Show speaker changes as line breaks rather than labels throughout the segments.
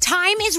Time is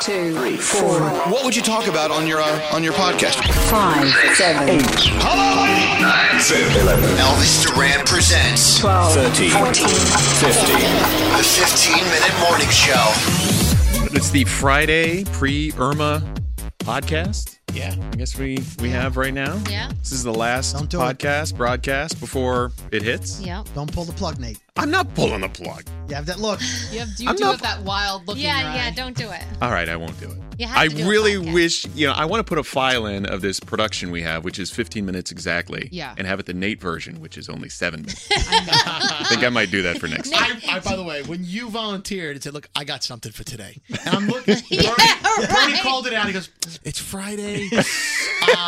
two, three, four,
What would you talk about on your uh, on your podcast?
five, seven, eight,
Hello, nine, seven, eleven. Elvis Duran presents
twelve, fourteen,
the 15 minute morning show.
It's the Friday pre Irma podcast. Yeah, I guess we we have right now.
Yeah.
This is the last
Don't do it.
podcast broadcast before it hits.
Yep.
Don't pull the plug, Nate.
I'm not pulling the plug.
You have that look.
You have you
I'm
do
not-
have that wild looking.
Yeah,
eye.
yeah, don't do it.
All right, I won't do it.
You have
I
to do a
really
podcast.
wish, you know, I want to put a file in of this production we have, which is 15 minutes exactly.
Yeah.
And have it the Nate version, which is only seven minutes.
I know.
I think I might do that for next time.
I, I, by the way, when you volunteered and said, "Look, I got something for today," and I'm looking, Bernie, Bernie called it out. He goes, "It's Friday. Uh,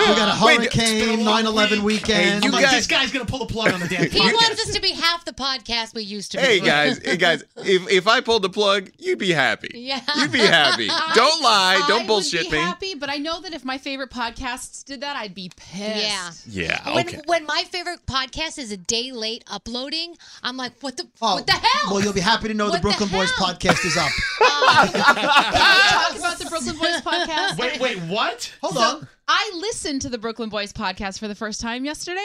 We
we got a hurricane, 9/11
Hey,
weekend.
you
I'm like,
guys-
this guy's gonna pull the plug on the damn
He
podcast."
wants us to be half the podcast we used to be.
Hey guys, hey guys, if if I pulled the plug, you'd be happy.
Yeah.
You'd be happy. Don't lie,
I
don't
would
bullshit
be
me.
Happy, but I know that if my favorite podcasts did that, I'd be pissed.
Yeah.
Yeah,
When,
okay.
when my favorite podcast is a day late uploading, I'm like, what the
Oh,
what the hell?
Well, you'll be happy to know
What
the Brooklyn
the
Boys
hell?
podcast is up.
Can we talk about the Brooklyn Boys podcast.
wait, wait, what? Hold
So
on.
I listened to the Brooklyn Boys podcast for the first time yesterday.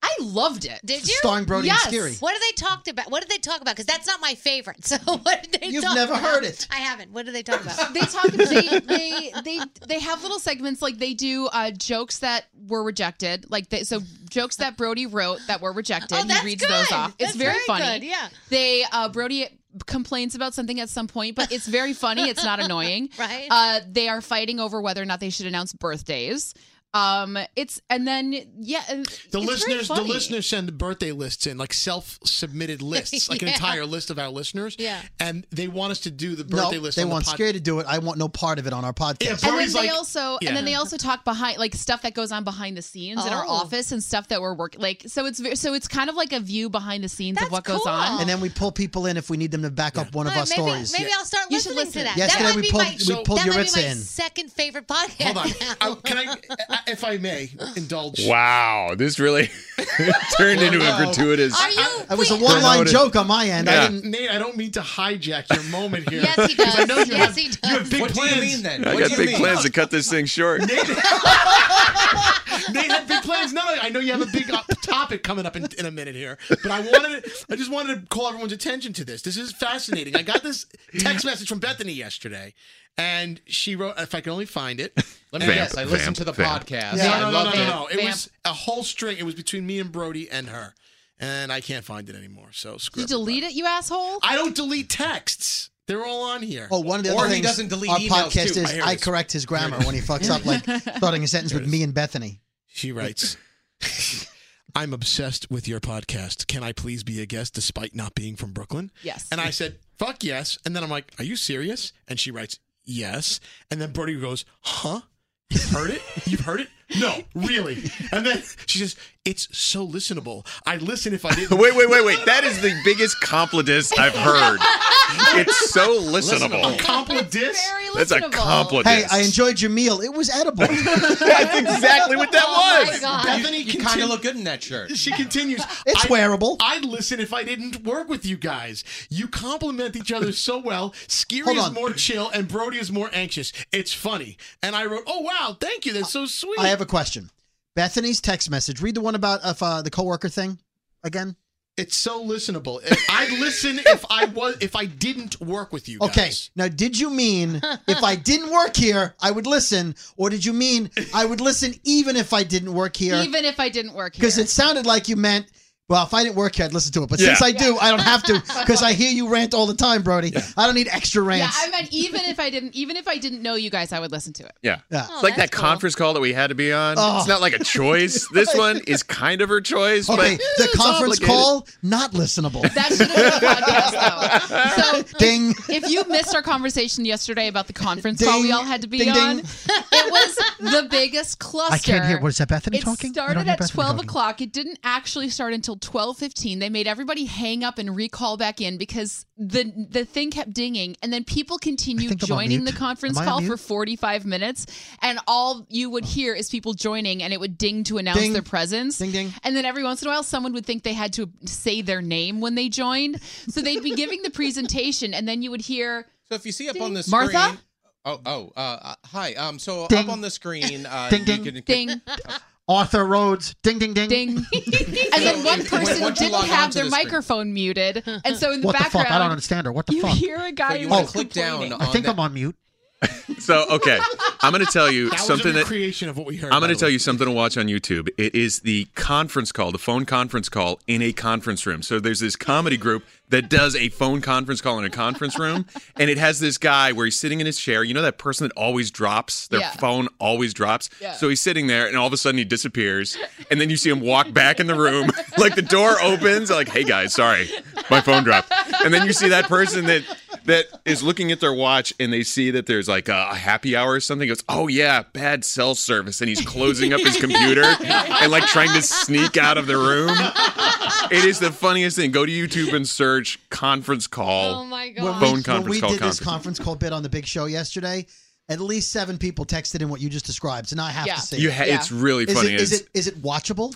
I loved it.
Did you?
Starring Brody
Yes.
and Scary.
what do they talked about? What did they talk about? Because that's not my favorite. So what did they?
You've
talk
never
about?
heard it.
I haven't. What did they talk about?
They talk. They, they they they have little segments like they do uh, jokes that were rejected, like they, so jokes that Brody wrote that were rejected.
Oh, that's
he reads
good.
those off.
That's
It's very,
very
funny.
good, yeah.
They uh, Brody complains about something at some point, but it's very funny. It's not annoying.
Right.
Uh, they are fighting over whether or not they should announce birthdays. Um, it's and then yeah, and
The
it's very
listeners, the
funny.
listeners send birthday lists in, like self-submitted lists, like an
Yeah.
entire list of our listeners.
Yeah.
and they want us to do the
No,
birthday list.
they
on the
want
pod-
Scary to do it. I want no part of it on our podcast.
and then they also
Yeah.
and then they also talk behind like stuff that goes on behind the scenes in our
Oh.
office and stuff that we're working like so it's ve- so it's kind of like a view behind the scenes of what goes on.
And then we pull people in if we need them to back up one of
All
our
right, maybe-
stories.
maybe
I'll start
You should
listening to that.
listen.
Yesterday
that might
we
be
pulled-
my,
we pulled
that
your
might
Ritz
be my
in.
second favorite podcast.
Hold on, I, can I, I- if I may, indulge?
Wow, this really turned into a gratuitous.
It was a one-line
Promoted.
joke on my end. I
Yeah.
didn't.
Nate, I don't mean to hijack your moment here.
Yes, he
'Cause I
does.
know you
Yes,
have,
he
You have big
What do you
plans.
mean, then? I What got do you big mean? plans to cut this thing short.
Nate, Nate had big plans. No, no, I know you have a big uh, topic coming up in, in a minute here, but I wanted, to, I just wanted to call everyone's attention to this. This is fascinating. I got this text message from Bethany yesterday, and she wrote, "If I can only find it."
Let me
And-
guess, I Vamp, listened to the vamp, podcast.
No,
Yeah.
no,
I
no,
loved
no,
it.
no, no. It
Vamp.
was a whole string. It was between me and Brody and her, and I can't find it anymore. So screw.
you delete it, you asshole.
I don't delete texts. They're all on here.
Oh, one of the other things our podcast is I correct his grammar when he fucks up, like starting a sentence with me and Bethany.
She writes, I'm obsessed with your podcast. Can I please be a guest despite not being from Brooklyn?
Yes.
And I said, fuck yes. And then I'm like, are you serious? And she writes, yes. And then Brody goes, huh? You've heard it? You've heard it? No, really. And then she says, it's so listenable. I listen if I didn't.
Wait, wait, wait, wait. That is the biggest compliment I've heard. It's so
A
listenable.
compliment disc?
That's a compliment.
Hey, I enjoyed your meal. It was edible. That's
exactly what that
Oh my was. God.
Bethany
You- you
continu-
kinda look
good in that shirt.
She continues.
It's
"I-
wearable."
I'd listen if I didn't work with you guys. You complement each other so well. Skiri
Hold
is
on.
more chill, and Brody is more anxious. It's funny. And I wrote, "Oh wow, thank you. That's so sweet."
I have a question. Bethany's text message. Read the one about uh, uh, the coworker thing again.
It's so listenable. I'd listen if I was if I didn't work with you. Guys.
Okay. Now, did you mean if I didn't work here, I would listen, or did you mean I would listen even if I didn't work here?
Even if I didn't work here.
Because it sounded like you meant, well, if I didn't work here, I'd listen to it. But
Yeah.
since I do, I don't have to because I hear you rant all the time, Brody. I don't need extra
Yeah,
rants.
I meant even if I didn't even if I didn't know you guys, I would listen to it.
Yeah.
Yeah.
It's like that conference call that we had to be on.
Oh.
It's not like a choice. This one is kind of her choice.
Okay,
but
the
it's
conference
obligated.
call not listenable.
That should have been a podcast, though. So,
Ding.
If you missed our conversation yesterday about the conference call we
Ding,
all had to be
ding, ding.
on, it was the biggest cluster.
I can't hear. What is that, Bethany
it
talking? I don't
started
hear
at
Bethany
12
talking.
o'clock. It didn't actually start until 12:15. They made everybody hang up and recall back in because the the thing kept dinging and then people continued
think I'm on
joining
mute.
the conference
Am I on
call for
mute?
45 minutes and all you would hear is people joining and it would ding to announce
Ding.
their presence.
Ding, ding.
And then every once in a while someone would think they had to say their name when they joined. So they'd be giving the presentation and then you would hear
So if you see up on the screen,
Martha?
Oh, oh, uh, uh, hi. Um, so
Ding.
up on the screen, uh,
Ding,
you
ding.
can-
ding.
Arthur Rhodes. Ding, ding, ding.
Ding. and then one
Wait, why
person
don't you
didn't
log on
have
to
their
the screen?
microphone muted. And so in the
What the
background
fuck? I don't understand her. What the
you
fuck?
hear a
So
guy
you
who
oh.
wanna
was
click down
complaining.
on
I think I'm on mute.
So, okay. I'm going to tell you
That
something
was a
that.
creation of what we heard.
I'm going
by
to
the
tell
way.
you something to watch on YouTube. It is the conference call, the phone conference call in a conference room. So there's this comedy group that does a phone conference call in a conference room, and it has this guy where he's sitting in his chair. You know that person that always drops their
Yeah.
phone, always drops.
Yeah.
So he's sitting there, and all of a sudden he disappears, and then you see him walk back in the room, like the door opens, like "Hey guys, sorry, my phone dropped," and then you see that person that. That is looking at their watch and they see that there's like a happy hour or something. He Goes, oh yeah, bad cell service, and he's closing up his computer and like trying to sneak out of the room. It is the funniest thing. Go to YouTube and search conference call.
Oh my
When we-
Phone
when
conference
we
call
did this
conference.
conference call bit on the big show yesterday, at least seven people texted in what you just described, so now I have
Yeah.
to see.
You
it.
ha- it's Yeah. really
Is it-
funny.
Is
It's-
it is it watchable?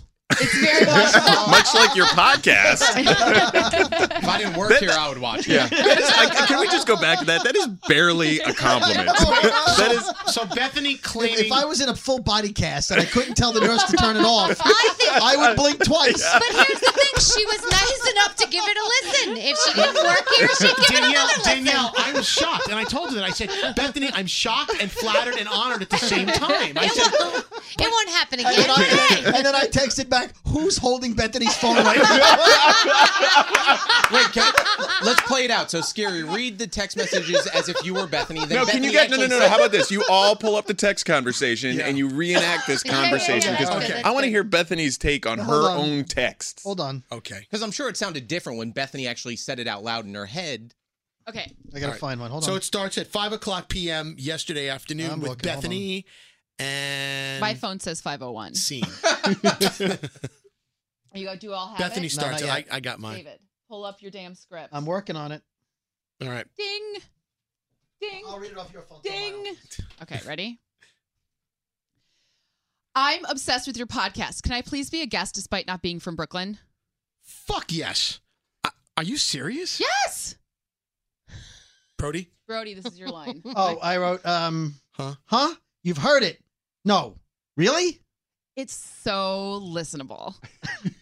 Much like your podcast.
if I didn't work here, I would watch it.
Yeah. That is, I, can we just go back to that? That is barely a compliment. that is
So Bethany
If,
claiming
if I was in a full body cast and I couldn't tell the nurse to turn it off, I, would blink twice.
But here's the thing: she was nice enough to give it a listen. If she didn't work here, she'd give it
Danielle,
another listen.
Danielle, I was shocked, and I told her that. I said, Bethany, I'm shocked and flattered and honored at the same time. I said,
It won't happen again.
and, then I, and then I texted back
back. Who's holding Bethany's phone right now?
Wait, can I- let's play it out. So, Scary, read the text messages as if you were Bethany. Then
No, can
Bethany
you get no, no,
actually
no, no?
said-
How about this? You all pull up the text conversation and you reenact this
Yeah, yeah, yeah,
conversation
that's
because
good, that's
I want to hear Bethany's take on
No,
her
hold on.
own text.
Hold on.
Okay.
Because I'm sure it sounded different when Bethany actually said it out loud in her head.
Okay.
I gotta
All right.
find one. Hold
so
on.
it starts at 5 o'clock p.m. yesterday afternoon
I'm
with
looking, hold on.
Bethany and.
My phone says 501.
Scene.
You go, do all have
Bethany
it?
starts it. I, I got mine.
David, pull up your damn script.
I'm working on it.
All right.
Ding. Ding. I'll
read it off your phone.
Ding. Okay, ready? I'm obsessed with your podcast. Can I please be a guest despite not being from Brooklyn?
Fuck yes. I, are you serious?
Yes.
Brody?
Brody, this is your line.
Oh, I wrote. Um.
Huh?
Huh? You've heard it? No. Really?
It's so listenable.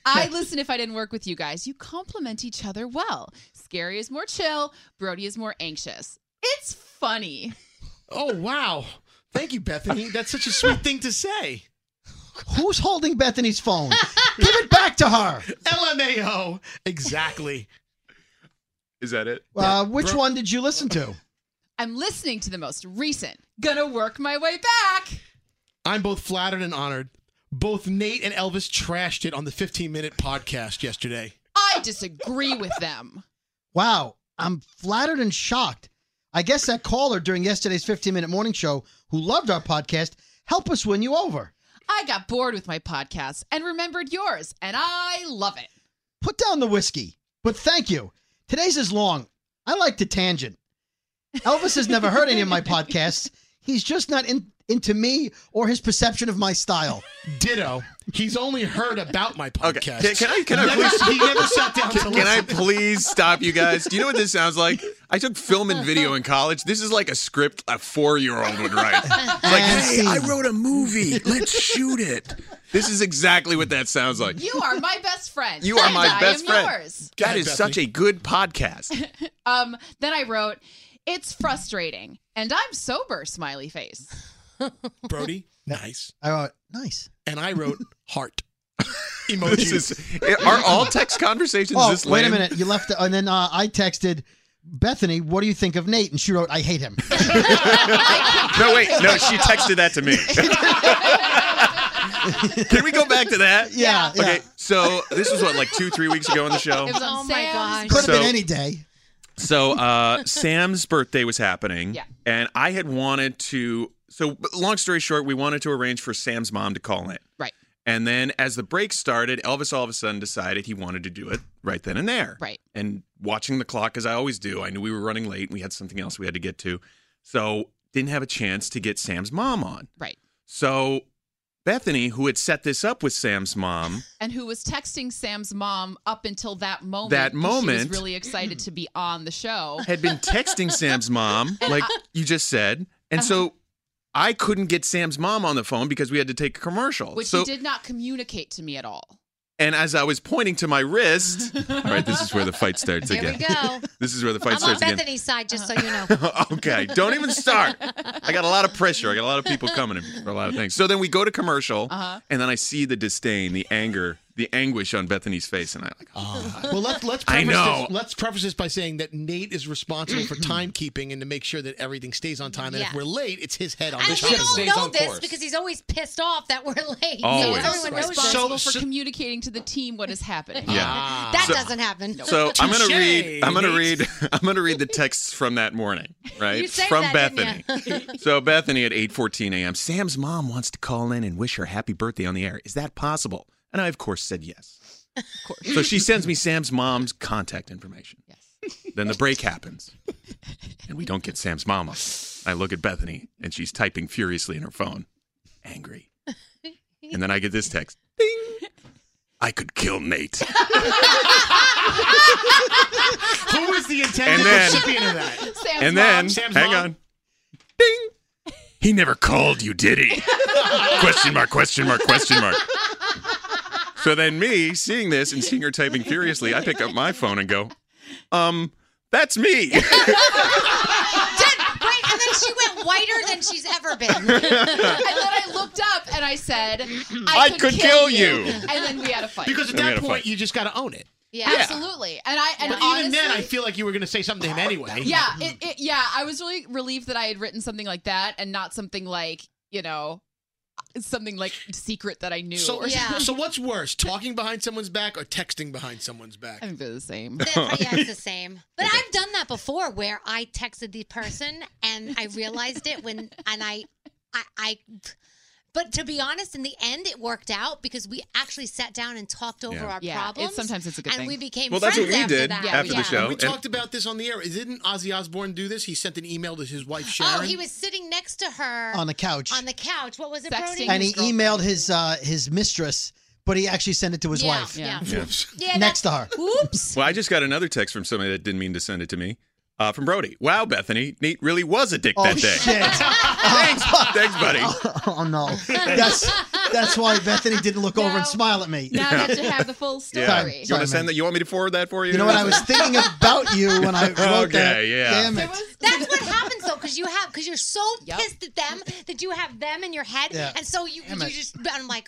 I listen if I didn't work with you guys. You complement each other well. Scary is more chill, Brody is more anxious. It's funny.
Oh, wow. Thank you, Bethany. That's such a sweet thing to say.
Who's holding Bethany's phone? Give it back to her.
LMAO. Exactly.
Is that it?
Uh, which one did you listen to?
I'm listening to the most recent. Gonna work my way back.
I'm both flattered and honored. Both Nate and Elvis trashed it on the 15 minute podcast yesterday.
I disagree with them.
Wow, I'm flattered and shocked. I guess that caller during yesterday's 15 minute morning show who loved our podcast helped us win you over.
I got bored with my podcast and remembered yours, and I love it.
Put down the whiskey, but thank you. Today's is long. I like to tangent. Elvis has never heard any of my podcasts. He's just not in, into me or his perception of my style.
Ditto. He's only heard about my podcast.
Can, can I? Can I
Never-
please?
He never sat down.
Can,
to
can I
listen.
please stop you guys? Do you know what this sounds like? I took film and video in college. This is like a script a four-year-old would write. It's like,
And
hey, I
scene.
wrote a movie. Let's shoot it. This is exactly what that sounds like.
You are my best friend.
You are
and
my
I
best
am
friend.
Yours.
That is such a good podcast.
Um, then I wrote, "It's frustrating, and I'm sober." Smiley face.
Brody, nice.
I wrote, Uh, nice.
And I wrote heart.
This is, are all text conversations
Oh,
this
wait a
lame?
minute. You left, and then uh, I texted Bethany, what do you think of Nate? And she wrote, I hate him.
No, wait. No, she texted that to me. Can we go back to that?
Yeah, yeah.
Okay. So this was what, like two, three weeks ago on the show.
It was on Sam's.
Could have
So-
been any day.
So uh, Sam's birthday was happening,
Yeah.
and I had wanted to. So but long story short, we wanted to arrange for Sam's mom to call in.
Right.
And then as the break started, Elvis all of a sudden decided he wanted to do it right then and there.
Right.
And watching the clock as I always do, I knew we were running late and we had something else we had to get to. So didn't have a chance to get Sam's mom on.
Right.
So Bethany, who had set this up with Sam's mom,
And who was texting Sam's mom up until that moment?
That
'cause she
moment.
was really excited to be on the show.
had been texting Sam's mom, like you just said. And
Uh-huh.
so I couldn't get Sam's mom on the phone because we had to take a commercial.
Which
so
he did not communicate to me at all.
and as I was pointing to my wrist, all right, this is where the fight starts
Here we
again.
go.
This is where the
I'm
fight
on
starts again.
Bethany's side, just so you know.
okay, don't even start. I got a lot of pressure. I got a lot of people coming at me for a lot of things. So then we go to commercial,
Uh-huh.
and then I see the disdain, the anger, the anguish on Bethany's face, and I like, oh,
Well, let, let's
I
preface
know.
This, let's preface this by saying that Nate is responsible for timekeeping and to make sure that everything stays on time. And
Yeah.
if we're late, it's his head on the
And
ship.
we all know this because he's always pissed off that we're late.
Always.
So everyone knows this.
Responsible
So-
for
so-
communicating to the team what is happening.
Yeah.
that
uh, So-
doesn't happen.
So I'm gonna
Touche.
read. I'm gonna read. I'm gonna read the texts from that morning, right?
You saved
from
that,
Bethany.
didn't ya?
so Bethany at 8:14 a.m. Sam's mom wants to call in and wish her happy birthday on the air. Is that possible? And I of course said yes. Of
course.
So she sends me Sam's mom's contact information. Yes. Then the break happens, and we don't get Sam's mom. Up. I look at Bethany, and she's typing furiously in her phone, angry. And then I get this text. Ding. I could kill Nate.
Who is the
And
intended
then-
recipient of that?
Sam's
and
mom.
then,
Sam's
hang
mom.
on. Ding. He never called you, did he? question mark, question mark, question mark. So then, me seeing this and seeing her typing furiously, I pick up my phone and go, um, that's me.
Did- wait, and then she went whiter than she's ever been.
and then I looked up and I said, I,
I could kill you.
And then we had a fight.
Because at
we
that point, you just got to own it.
Yeah, absolutely. And I and
but even then, I
honestly-
feel like you were going to say something to him anyway.
Yeah, it, it, yeah. I was really relieved that I had written something like that and not something like you know, something like secret that I knew.
So,
or something.
so what's worse, talking behind someone's back or texting behind someone's back? I
think they're the same.
yeah, it's the same. But I've done that before where I texted the person and I realized it when and I I, I but to be honest, in the end, it worked out because we actually sat down and talked over
Yeah.
our
Yeah, it's-
problems.
sometimes it's a good
and
thing.
we became
Well,
friends
that's what we
after
did
that.
after the show.
We
And-
talked about this on the air. Didn't Ozzy Osbourne do this? He sent an email to his wife Sharon.
Oh, he was sitting next to her
On the couch.
On the couch. What was it, Brody?
and he emailed his uh, his mistress, but he actually sent it to his
Yeah,
wife.
yeah.
Yeah.
Yeah,
Next to her.
Oops.
Well, I just got another text from somebody that didn't mean to send it to me. Uh, from Brody. Wow, Bethany, Nate really was a dick
Oh
that day.
shit!
Thanks, thanks, buddy.
oh no, that's that's why Bethany didn't look over and smile at me.
now that you have the full story.
Yeah.
Sorry.
You want
Sorry,
to send that? You want me to forward that for you?
You know what? I was thinking about you when I wrote
okay,
that.
yeah.
Damn it.
That's what happens though, because you have because you're so pissed at them that you have them in your head,
Yeah.
and so you
Damn
you
it.
just I'm like,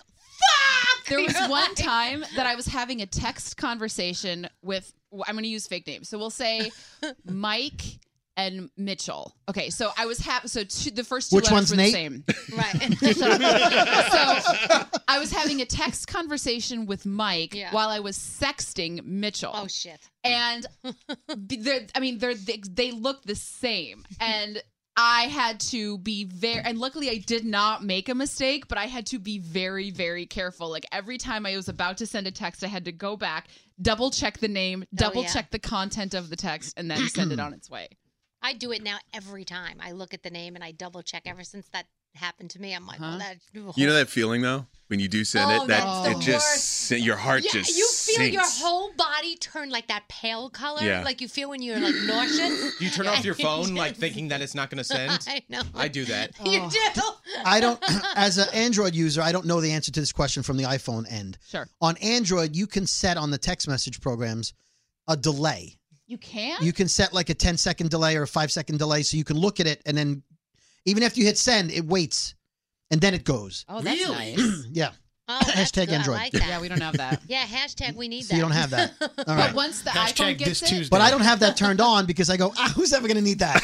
There was
You're
one
like-
time that I was having a text conversation with, well, I'm going to use fake names. So we'll say Mike and Mitchell. Okay. So I was having, so two, the first two
Which
letters
one's
were
Nate?
the same. so I was having a text conversation with Mike
Yeah.
while I was sexting Mitchell. Oh
shit!
And they're, I mean, they're they, they look the same, and I had to be very. And luckily, I did not make a mistake, but I had to be very, very careful. Like every time I was about to send a text, I had to go back, double check the name, double
yeah.
check the content of the text, and then send it on its way.
I do it now every time. I look at the name and I double check. Ever since that happened to me, I'm like,
Uh-huh.
well, that.
You know that feeling though when you do send
Oh,
it,
that's
that
the
it just
worst.
sin- your heart
Yeah,
just
you feel
sinks.
your whole body turn like that pale color,
Yeah.
like you feel when you're like nauseous.
Do you turn off your phone like thinking that it's not going to send?
I know.
I do that.
Oh.
You do.
I don't, as an Android user, I don't know the answer to this question from the iPhone end.
Sure.
On Android, you can set on the text message programs a delay.
You can.
You can set like a 10 second delay or a five second delay so you can look at it and then, even after you hit send, it waits and then it goes.
Oh, that's
Really?
nice.
yeah.
Oh, that's
Hashtag
good. I
Android.
like that.
Yeah, we don't have that.
Yeah, hashtag we need
So
that.
you don't have that. All
But
right.
once the Hashtag iPhone gets this it- Tuesday.
But I don't have that turned on because I go, ah, who's ever going to need that?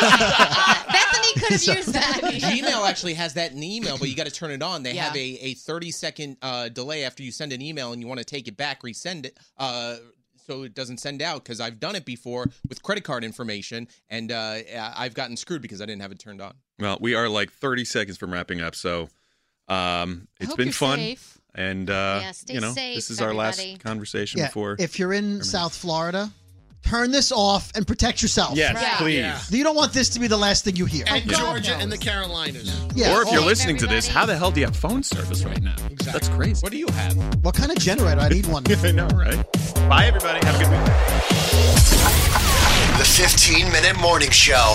Bethany could have used that.
Gmail actually has that in the email, but you got to turn it on. They
Yeah.
have a, a 30 second uh, delay after you send an email and you want to take it back, resend it. Uh, so it doesn't send out because I've done it before with credit card information and uh, I- I've gotten screwed because I didn't have it turned on.
Well, we are like 30 seconds from wrapping up, so um, it's
hope
been
you're
fun.
safe.
And uh,
Yeah, stay
you know,
safe,
this is our
everybody.
last conversation
Yeah,
before.
if you're in South Florida, turn this off and protect yourself.
Yes, Right. please. Yeah.
You don't want this to be the last thing you hear.
And Georgia and the Carolinas.
Yeah.
or if you're
Oh.
listening to this, how the hell do you have phone service right now? That's crazy. What do you have?
What kind of generator? I need one.
I know, right? Bye, everybody. Have a good week.
The 15 Minute Morning Show.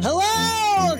Hello,